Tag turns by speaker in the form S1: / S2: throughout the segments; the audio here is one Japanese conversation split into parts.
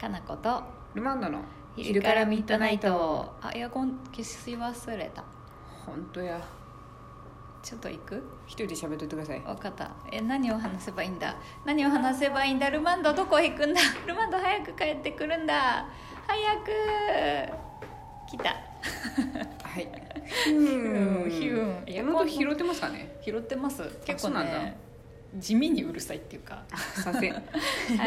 S1: かなこと
S2: ルマンドの
S1: 昼からミッドナイトあエアコン消し忘れた
S2: 本当や
S1: ちょっと行く
S2: 一人で喋っといてください
S1: 分かったえ何を話せばいいんだ何を話せばいいんだルマンドどこ行くんだルマンド早く帰ってくるんだ早く来た
S2: はい
S1: ヒュンヒュン
S2: エアコン拾ってますかね
S1: 拾ってます結
S2: そう
S1: 構
S2: なんだ
S1: ね地味にうるさいっていうか
S2: させ
S1: は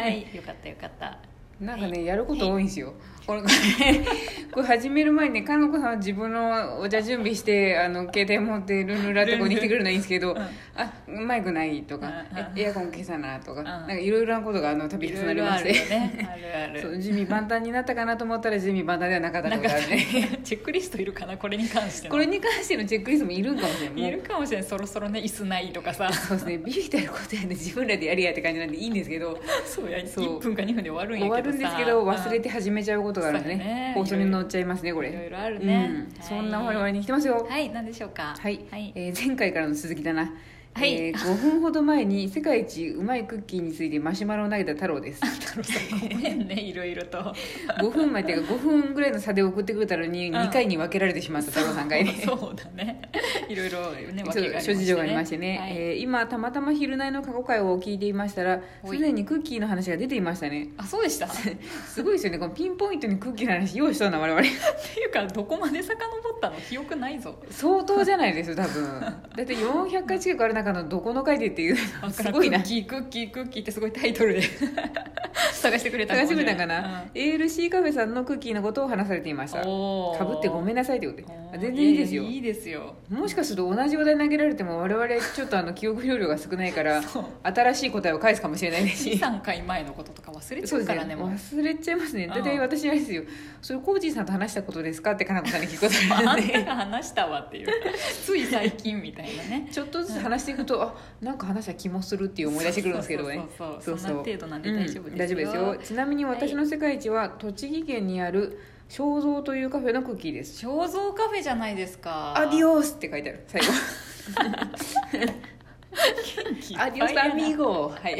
S1: いよかったよかった
S2: なんかねやること多いんですよこれこれ始める前にかのこさんは自分のお茶準備してあの携帯持ってルンルンラってここに来てくれるのはいいんですけど、
S1: ん
S2: あマイクないとか、
S1: うん
S2: えエアコン消さなとか、
S1: ん
S2: なんかいろいろなことがあの度重なりま
S1: あ
S2: し
S1: るよ
S2: て
S1: ねあるあ
S2: そ
S1: る
S2: う準備万端になったかなと思ったら準備万端ではなかった
S1: な
S2: と
S1: んか
S2: かね
S1: チェックリストいるかなこれに関しての
S2: これに関してのチェックリストもいるんかもしれない
S1: い
S2: も
S1: る
S2: う
S1: かもしれないそろそろね椅子ないとかさ
S2: そうですねビビったることやね自分らでやりやって感じなんでいいんですけど
S1: そうや
S2: そ
S1: 1
S2: う
S1: 分か2分で終わるんやけど
S2: 終
S1: さ
S2: わるんですけど忘れて始めちゃうことがあるんで
S1: そうだね
S2: ね放送に乗っちゃいますねこ
S1: うんいろい
S2: れ
S1: ろあるね、
S2: う
S1: はい
S2: ん、そんな我々に来てますよ
S1: はい何でしょうか
S2: はい、
S1: はい、
S2: えー前回からの続きだな、
S1: はい
S2: えー5分ほど前に世界一うまいクッキーについてマシュマロを投げた太郎です
S1: 太郎さんごめんねいろいろと
S2: 5分前っていうか5分ぐらいの差で送ってくれたのに
S1: うん
S2: 2回に分けられてしまった太郎さんがいて、
S1: そうだねいろいろね
S2: そう
S1: 訳がありまして
S2: 諸
S1: ね
S2: 事情がありましてね、
S1: はい
S2: えー今たまたま「昼内の過去回」を聞いていましたら
S1: ほ
S2: す
S1: い
S2: でにクッキーの話が出ていましたね
S1: あそうでしたってい
S2: すごいですよねこのピンポイントにクッキーの話用意したな我々
S1: うかどこまで遡ったの記憶ないぞ
S2: 相当じゃないですよ多分だって400回近くある中のどこの回でっていう
S1: あ
S2: すごいな
S1: クッキークッキークッキーってすごいタイトル で探してくれた
S2: 探してみた
S1: の
S2: かな、ALC カフェさんのクッキーのことを話されていました
S1: うん、お
S2: かぶってご
S1: ん
S2: めんなさいってことであ全然いいですよ
S1: いいですよ
S2: もしかすると同じお題投げられても我々ちょっとあの記憶容量が少ないから
S1: そう
S2: 新しい答えを返すかもしれな いですし
S1: 23回前のこととか忘れち
S2: そ
S1: ゃ
S2: う
S1: う
S2: で
S1: か
S2: す
S1: らね
S2: ね
S1: もう
S2: 忘れちゃいますね
S1: うん
S2: 大体私あれですよそれコージーさんと話したことですかってかなこさんに聞くこと
S1: あ
S2: ある
S1: ん
S2: ん
S1: た
S2: で
S1: が話したわっていうつい最近みたいなね
S2: ちょっとずつ話していくとあなんか話した気もするっていう思い出してくるんですけどね
S1: そうそう
S2: そ
S1: そううそん
S2: そう
S1: な程度なんで大丈夫ですよ、
S2: うん大丈夫ですよちなみに私の世界一は栃木県にある正蔵というカフェのクッキーです
S1: 肖像カフェじゃないですか
S2: アディ
S1: オ
S2: オスって書いてあ る最後アディオスアミーゴはい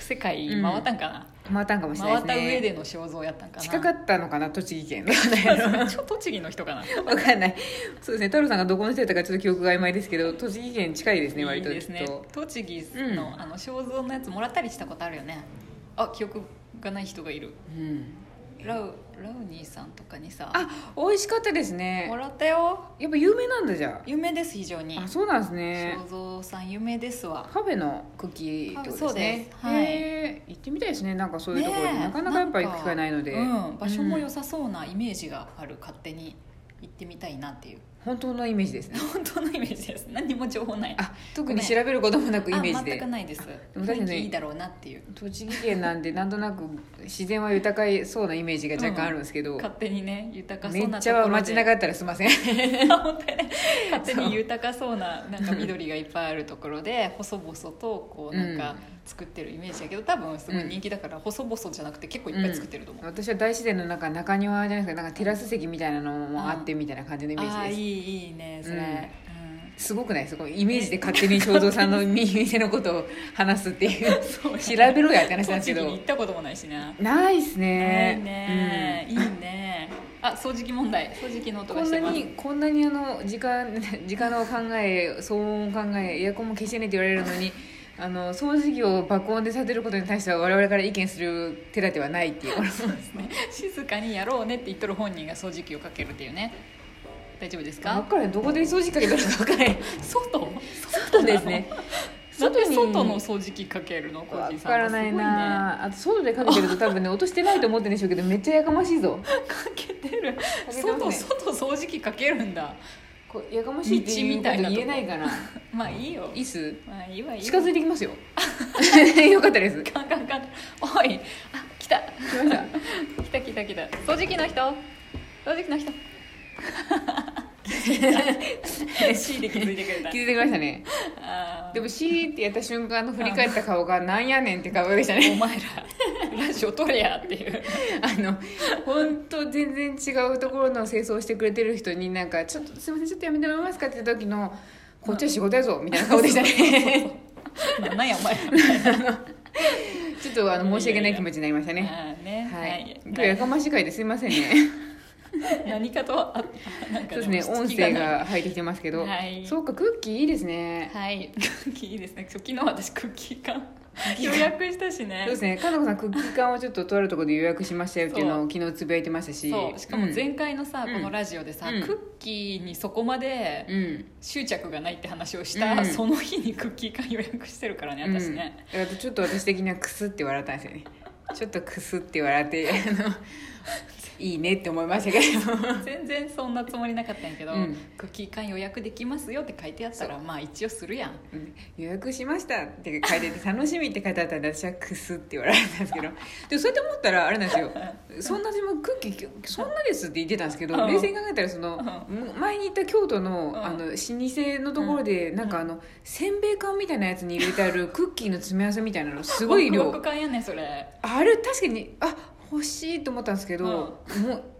S1: 世界回ったんかな、
S2: 回ったんかもしれな
S1: 回った
S2: い
S1: 上
S2: ですね
S1: での肖像やったんかな
S2: 近かったのかな栃木県
S1: ちょっと栃木の人かな
S2: わかんないそうですね太郎さんがどこの人だったかちょっと記憶が曖昧ですけど栃木県近いですね
S1: い
S2: 割
S1: い
S2: と
S1: ですね
S2: きっと
S1: 栃木
S2: う
S1: の,、
S2: ん
S1: あの肖像のやつもらったりしたことあるよねあ記憶がない人がいる
S2: うん
S1: ラウラウニーさんとかにさ
S2: あ美味しかったです
S1: も
S2: ね
S1: らったよ
S2: やっぱ有名なんだじゃ
S1: 有名です非常に
S2: ああそうなんですね
S1: 肖像さん有名ですわ
S2: カフェのクッキーってこと
S1: あそ
S2: ですね
S1: うですはい
S2: へー行ってみたいですねなんかそういうところに
S1: ねえ
S2: なかなかやっぱ行く機会ないので、
S1: うん、場所も
S2: う
S1: 良
S2: ん
S1: さそうなイメージがある勝手に行ってみたいなっていう
S2: 本当のイメージですね
S1: 本当のイメージです何も情報ない
S2: あ特に調べることもなくイメージ
S1: あ全く
S2: で
S1: ないです
S2: も確か
S1: 雰囲
S2: に
S1: 気いいだろうなっていう
S2: 栃木県なんでなんとなく自然は豊かいそうなイメージが若干あるんですけど、
S1: 勝手にね豊か
S2: め
S1: そう
S2: っ
S1: な
S2: ち
S1: とこ
S2: ゃ
S1: ろで
S2: 街中だったらすいません
S1: 本当にね勝手に豊かそうななんか緑がいっぱいあるところで細々とこうなん
S2: う
S1: か
S2: ん
S1: 作ってるイメージだけど多分すごい人気だから細々じゃなくて結構いっぱい作ってると思う、
S2: 私は大自然の中中庭じゃないですかなんかテラス席みたいなのもあってみたいな感じのイメ
S1: あ
S2: ー
S1: あ
S2: ジ
S1: い
S2: です
S1: いいいねそれ、
S2: う
S1: うんん
S2: すごくないですかこうイメージで勝手に正蔵さんの 店のことを話すってい う
S1: そう
S2: 調べろやって話なんです
S1: 栃
S2: け
S1: 木に行
S2: ど
S1: ったこともないしな
S2: ないっすね
S1: ないね、いいねあ掃除機問題掃除機の
S2: うん
S1: 音
S2: こ
S1: が
S2: ん
S1: し
S2: な
S1: てます
S2: にこんなにあの時間 時間を考え騒音を考えエアコンも消してねって言われるの にあの掃除機を爆音でさせることに対しては我々から意見する手立てはないっ ていう
S1: 静かにやろうねって言っとる本人が掃除機をかけるっていうね大丈夫です
S2: 分
S1: か
S2: からんどこで掃除機かけたのか分からん
S1: 外
S2: 外ですね
S1: なんで
S2: に
S1: 外の掃除機かけるのコージ
S2: 分
S1: ーさん
S2: からないなあと外でかけて ると多分ね音してないと思ってるんでしょうけどめっちゃやかましいぞ
S1: すごいねかけてる
S2: かけて
S1: 外
S2: ますね
S1: 外掃除機かけるんだ
S2: こうやかましいっていうこと言えないかな
S1: まあいいよ
S2: いいっす
S1: まあいいわいいわ
S2: 近づいて きますよ よかったです来
S1: カンカンカンおいあ来た
S2: ました
S1: 来た来た来た掃除機の人掃除機の 人 C で気づいてくれた
S2: 気づいてきましたね
S1: あー
S2: でもシーってやった瞬間の振り返った顔がなんやねんって顔でした
S1: お
S2: ね
S1: 前らラジオ撮れやっていう
S2: あの本当全然違うところの清掃してくれてる人になんか「ちょっとすいませんちょっとやめてもらえますか?」って言った時の「こっちは仕事やぞ」みたいな顔でしたね
S1: なんやお前ら
S2: ちょっとあの申し訳ない気持ちになりました ね
S1: あーね
S2: は
S1: はいい、
S2: 今日やかましい回ですいませんね
S1: 何かとああなんか
S2: そうですね音
S1: 隙が
S2: 声
S1: ない
S2: が入ってきてますけど、
S1: はい
S2: そうかクッキーいいですね、
S1: はいクッキーいいですね昨日私クッキー缶予約したしね
S2: そうですねかのこさんクッキー缶をちょっととあるところで予約しましたよっていうのを昨日つぶやいてましたし
S1: そうしかも
S2: 全
S1: 前回のさ、
S2: うん
S1: このラジオでさ、
S2: うん
S1: クッキーにそこまで
S2: うん、うん
S1: 執着がないって話をした、
S2: うん
S1: その日にクッキー缶予約してるからね私ね、
S2: うん、だからちょっと私的にはクスって笑ったんですよねちょっとクスって笑ってあのいいねって思いましたけど
S1: 全然そんなつもりなかったんやけど、
S2: うん
S1: クッキー缶予約できますよって書いてあったらまあ一応するやん
S2: うん予約しましたって書いてて楽しみって書いてあったんで私はクスって笑ったんですけどでもそうやって思ったらあれなんですよそんな私もクッキーそんなですって言ってたんですけど
S1: うん
S2: 冷静に考えたらその前に行った京都の
S1: ん
S2: あの老舗のところでなんかあのせんべい缶みたいなやつに入れてあるクッキーの詰め合わせみたいなのすごい
S1: ワ
S2: 量
S1: クワク感やねんそれ
S2: あれ確かにあ欲しいと思ったんですけど、も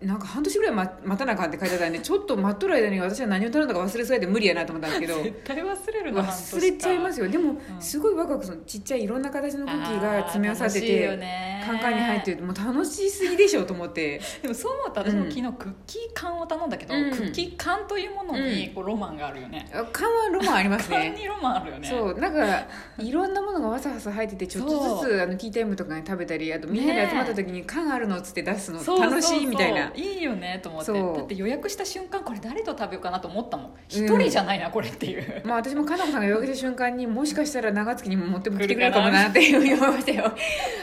S2: うなんか半年ぐらい待待たなあかんって書いてあったんでちょっと待っとる間に私は何を頼んだか忘れそうやで無理やなと思ったんですけ ど
S1: 絶対忘れるの
S2: 忘れちゃいますすよでも、
S1: うん
S2: すごいワクワクそのちっちゃいいろんな形のクッキーが詰め合わさってて、カンカンに入ってるともう楽しすぎでしょと思って
S1: でもそう思うと私も昨日クッキー缶を頼んだけど、
S2: うん
S1: クッキー缶というものにこうロマンがあるよね、
S2: あ缶はロマンあります
S1: 缶
S2: ね
S1: にロマンあるよね
S2: そうなんかいろんなものがわさわさ入っててちょっとず
S1: そ
S2: つあのティータイムとかに食べたりあとみんなで集まった時に缶あるのっつって出すの
S1: そうそうそう
S2: 楽しいみたいな。
S1: いいよねと思って
S2: そう
S1: だって予約した瞬間これ誰と食べようかなと思ったもん一
S2: うん
S1: 人じゃないな、これって いう
S2: まあ私もかなこさんが予約した瞬間にもしかしたら長月にも持っても来てくれるかもなっていうふうに思いまし たよ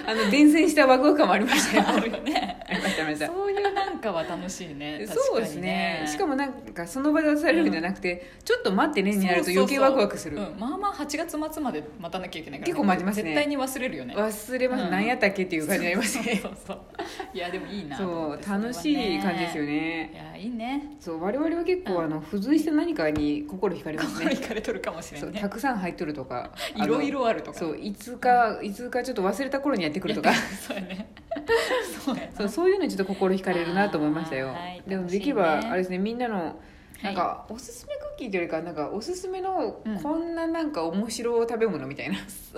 S2: あの伝染したワクワク感もありましたよ
S1: あるよね
S2: ありましたありました
S1: そういうなんかは楽しい ね確
S2: そう
S1: か
S2: で
S1: に
S2: す
S1: ね
S2: ねしかもなんかその場で出されるんじゃなくて、ちょっと待ってねになると余計ワクワクする
S1: そうそうそううんまあまあ8月末まで待たなきゃいけないから、
S2: 結構待ちますね
S1: 絶対に忘れるよね
S2: 忘れます、
S1: うん
S2: 何やったっけっていう感じになりますね
S1: そうそうそういやでもいいなと思
S2: そ
S1: っ
S2: う
S1: て
S2: 楽しい感じですよ
S1: ね
S2: ね
S1: いやいいね
S2: そう我々は結構、あの付随した何かに心惹かれます
S1: 心
S2: ね
S1: 惹かれとるかもしれ
S2: そ
S1: ん
S2: う
S1: ね
S2: たくさん入っとるとかあの
S1: いろいろあるとか
S2: そういつかいつかちょっと忘れた頃にやってくるとか
S1: そうやねそうやな
S2: そうそういうのにちょっと心惹かれるなと思いましたよ、
S1: あーはい
S2: でも
S1: 楽しいね
S2: できればあれですねみんなのな
S1: は
S2: んかおすすめクッキーというよりかなんかおすすめの
S1: うん
S2: こんななんか面白い食べ物みたいな、
S1: い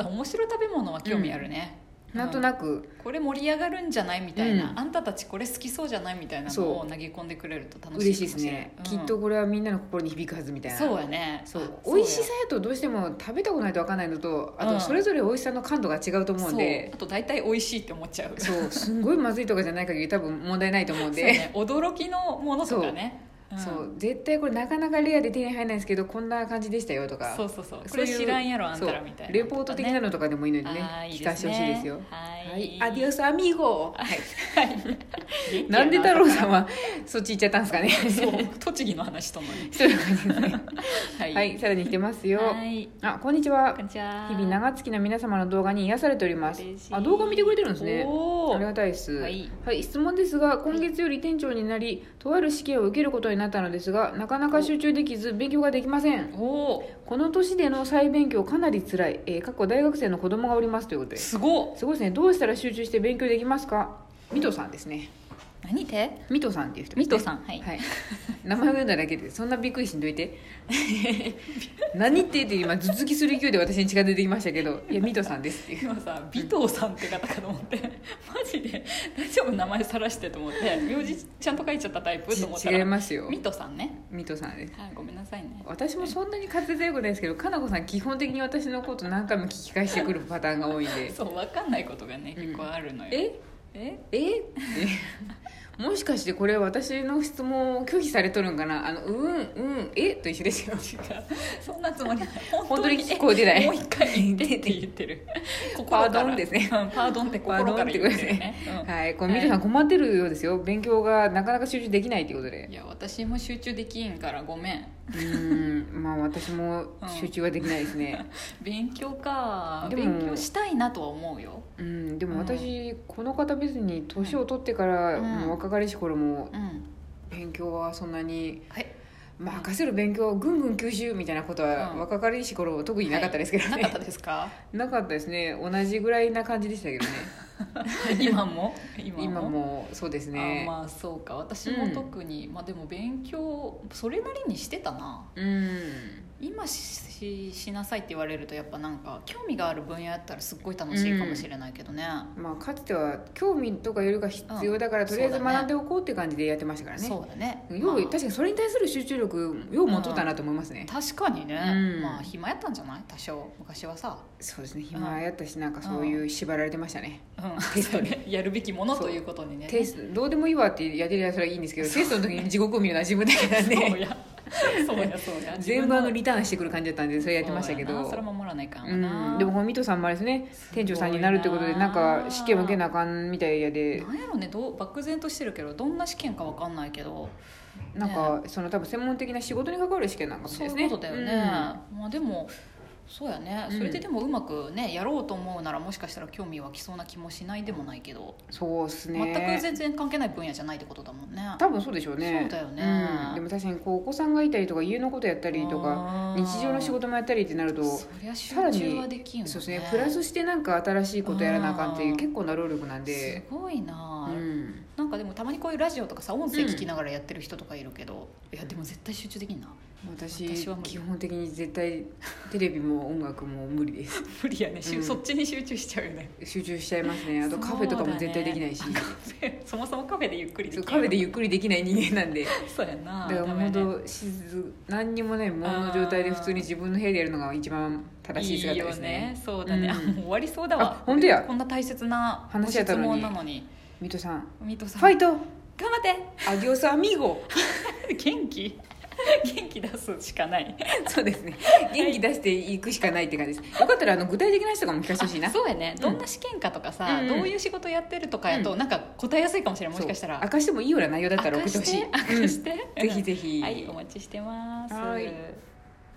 S1: 面白い食べ物は興味あるね、
S2: なんと
S1: く
S2: なく
S1: これ盛り上がるんじゃないみたいな、
S2: うん
S1: あんたたちこれ好きそうじゃないみたいなのを
S2: そう
S1: 投げ込んでくれると楽しい
S2: 嬉しいですね、
S1: かもし
S2: き
S1: れん
S2: っとこれはみんなの心に響くはずみたいな
S1: そうやね
S2: そう
S1: あ
S2: 美味しさ
S1: そう
S2: やとどうしても食べたことないと分かんないのとあ
S1: う
S2: と
S1: ん
S2: それぞれ美味しさの感度が違うと思うん
S1: そう
S2: で
S1: あ、と大体美味しいって思っちゃう
S2: そうすんごいまずいとかじゃない限り多分問題ないと思う
S1: そ
S2: ん
S1: う
S2: で
S1: ね驚きのものとかねん
S2: そう,、絶対これなかなかレアで手に入らないんですけどこんな感じでしたよとか
S1: そうそうそうこ
S2: そう
S1: れ
S2: いう
S1: 知らんやろあんたらみたい
S2: そ
S1: な
S2: うレポート的な
S1: の
S2: のとかでもいいのでね聞かせてほしいですよ
S1: は
S2: は
S1: い、
S2: いアディオスアミーゴ
S1: 元気や
S2: なんで太郎さんはそっち行っちゃったんですか ね
S1: そう 栃木の話ともね
S2: そういう感じですね
S1: は
S2: はいさらに来てますよ
S1: はい
S2: あこんにちは
S1: こんにちは
S2: 日々長月の皆様の動画に癒されております
S1: 嬉しい
S2: あ動画見てくれてるんですね
S1: おー
S2: ありがたいです
S1: はい
S2: はい、質問ですが今月より店長になりとある試験を受けることになったのですがなかなか集中できず勉強ができません
S1: おお
S2: この年での再勉強かなり辛い、えー、過去大学生の子供がおりますということです
S1: すごっ
S2: すごいですねどうしたら集中して勉強できますかミトさんですね
S1: 何て
S2: ミトさんっていう人ですね
S1: ミトさんはい
S2: はい、名前を読んだだけでそんなびっくりしんどいて 何言ってって今頭突きする勢いで私に血が出てきましたけどいやミトさんですっていう
S1: 今さ尾藤さんって方かと思って マジで大丈夫名前さらしてと思って名字ちゃんと書いちゃったタイプと思っ
S2: ち
S1: たら
S2: 違いますよ
S1: ミトさんね
S2: ミトさんです
S1: はいごめんなさいね
S2: 私もそんなに滑舌良くないですけどかなこさん基本的に私のこと何回も聞き返してくるパターンが多いん で
S1: そう分かんないことがね
S2: うん
S1: 結構あるのよ、
S2: え
S1: え
S2: えってもしかしてこれ私の質問を拒否されとるんかなあのうんうんえと一緒ですよ
S1: 違うそんなつもりない
S2: 本当に聞こえてない
S1: えもう一回言ってって言って る
S2: パードンですね
S1: 心からうんパードンって心から言ってるねうん
S2: はいこうミトさん困ってるようですよ勉強がなかなか集中できないってことで
S1: いや私も集中できんからごめん
S2: うーんまあ私も集中はできないで すね、
S1: 勉強か
S2: でも
S1: 勉強したいなとは思うよ
S2: うんでも私、この方別に年を取ってから、
S1: うん
S2: もう若かりし頃も
S1: うん
S2: 勉強はそんなに
S1: はい
S2: 任せる勉強をぐんぐん吸収みたいなことは、
S1: うん
S2: 若かりし頃特になかったですけどね、
S1: なか ったですか
S2: なかったですね同じぐらいな感じでしたけどね
S1: 今も今も
S2: 今もそうですね
S1: あまあそうか私も特に、まあでも勉強それなりにしてたな
S2: うん
S1: 今しししなさいって言われるとやっぱなんか興味がある分野やったらすっごい楽しいかもしれないけどね、
S2: まあ、かつては興味とかよりが必要だから、
S1: うん
S2: とりあえず
S1: そうだね
S2: 学んでおこうって感じでやってましたからね
S1: そうだね
S2: よう
S1: まあ
S2: 確かにそれに対する集中力よう持っとったなと思いますね、
S1: 確かにね、
S2: うん
S1: まあ暇やったんじゃない多少昔はさ、
S2: そうですね暇やったしなんかそういう縛られてましたね、
S1: うん、そうねやるべきもの
S2: そう
S1: ということにね
S2: テストどうでもいいわってやってりゃそれはいいんですけどテストの時に地獄を見るのは自分だから
S1: そうやそ
S2: ね
S1: うや そうや
S2: 全部あの
S1: 自分
S2: リターンしてくる感じだったんでそれやってましたけ
S1: そうや
S2: ど
S1: なそれ守らないか
S2: うん
S1: な、
S2: ん、でもこのミトさんもあれですね店長さんになるってことでなんか試験も受けなあかんみたいやで
S1: なんやろねどう漠然としてるけどどんな試験かわかんないけど
S2: なんかその多分専門的な仕事に関わる試験なんかもし
S1: そう
S2: れない
S1: い
S2: で
S1: うこ
S2: すね
S1: とだよね、まあでもそうやね
S2: うん
S1: それででもうまくねやろうと思うならもしかしたら興味湧きそうな気もしないでもないけど、
S2: うんそうっすね
S1: 全く全然関係ない分野じゃないってことだもんね
S2: 多分そうでしょうね
S1: そうだよね
S2: うんでも確かにこうお子さんがいたりとか家のことやったりとか
S1: あー
S2: 日常の仕事もやったりってなるとそ
S1: そりゃ集
S2: さら
S1: 中
S2: に
S1: はできんよ
S2: う
S1: ね
S2: ですねプラスしてなんか新しいことやらなあかんっていううん結構な労力なん
S1: す
S2: で
S1: ごいな
S2: う
S1: あ、
S2: ん
S1: なんかでもたまにこういうラジオとかさ音声聞きながらやってる人とかいるけど、いやでも絶対集中できんな
S2: 私
S1: 私は無理
S2: 基本的に絶対テレビも音楽も 無理 です
S1: 無理やね、しゅ
S2: うん
S1: そっちに集中しちゃうよね
S2: 集中しちゃいますねあとカフェとかも絶対できないし
S1: そうだねカフェそもそもカフェでゆっくりでき
S2: そう
S1: る
S2: カフェでゆっくりできない人間なんで
S1: そうやな
S2: だから
S1: ダメや
S2: 本
S1: ね
S2: 当静何にもない無音の状態で普通に自分の部屋でやるのが一番正しい姿です
S1: いいよ
S2: ね
S1: ねそうだね、
S2: うん
S1: あもう終わりそうだわ
S2: あ本当や
S1: こんな大切な
S2: 話やったのに
S1: ご質問なのに
S2: 水戸さん
S1: ミトさん
S2: ファイト
S1: 頑張っ
S2: アディオスアミーゴ
S1: て元気 元気出すしかない
S2: そうですね元気出していくしかないって感じですよかったらあの具体的な話とかも聞かせてほしいな
S1: そうやねどんな試験かとかさ、
S2: うん
S1: どういう仕事やってるとかやと、
S2: う
S1: なんか答えやすいかもしれないもしかした
S2: そう
S1: ら
S2: 明かしてもいいような内容だったら
S1: 明
S2: 送っ
S1: か
S2: てほしい
S1: 明かして、
S2: うんぜひぜひ
S1: はいお待ちしてます
S2: はい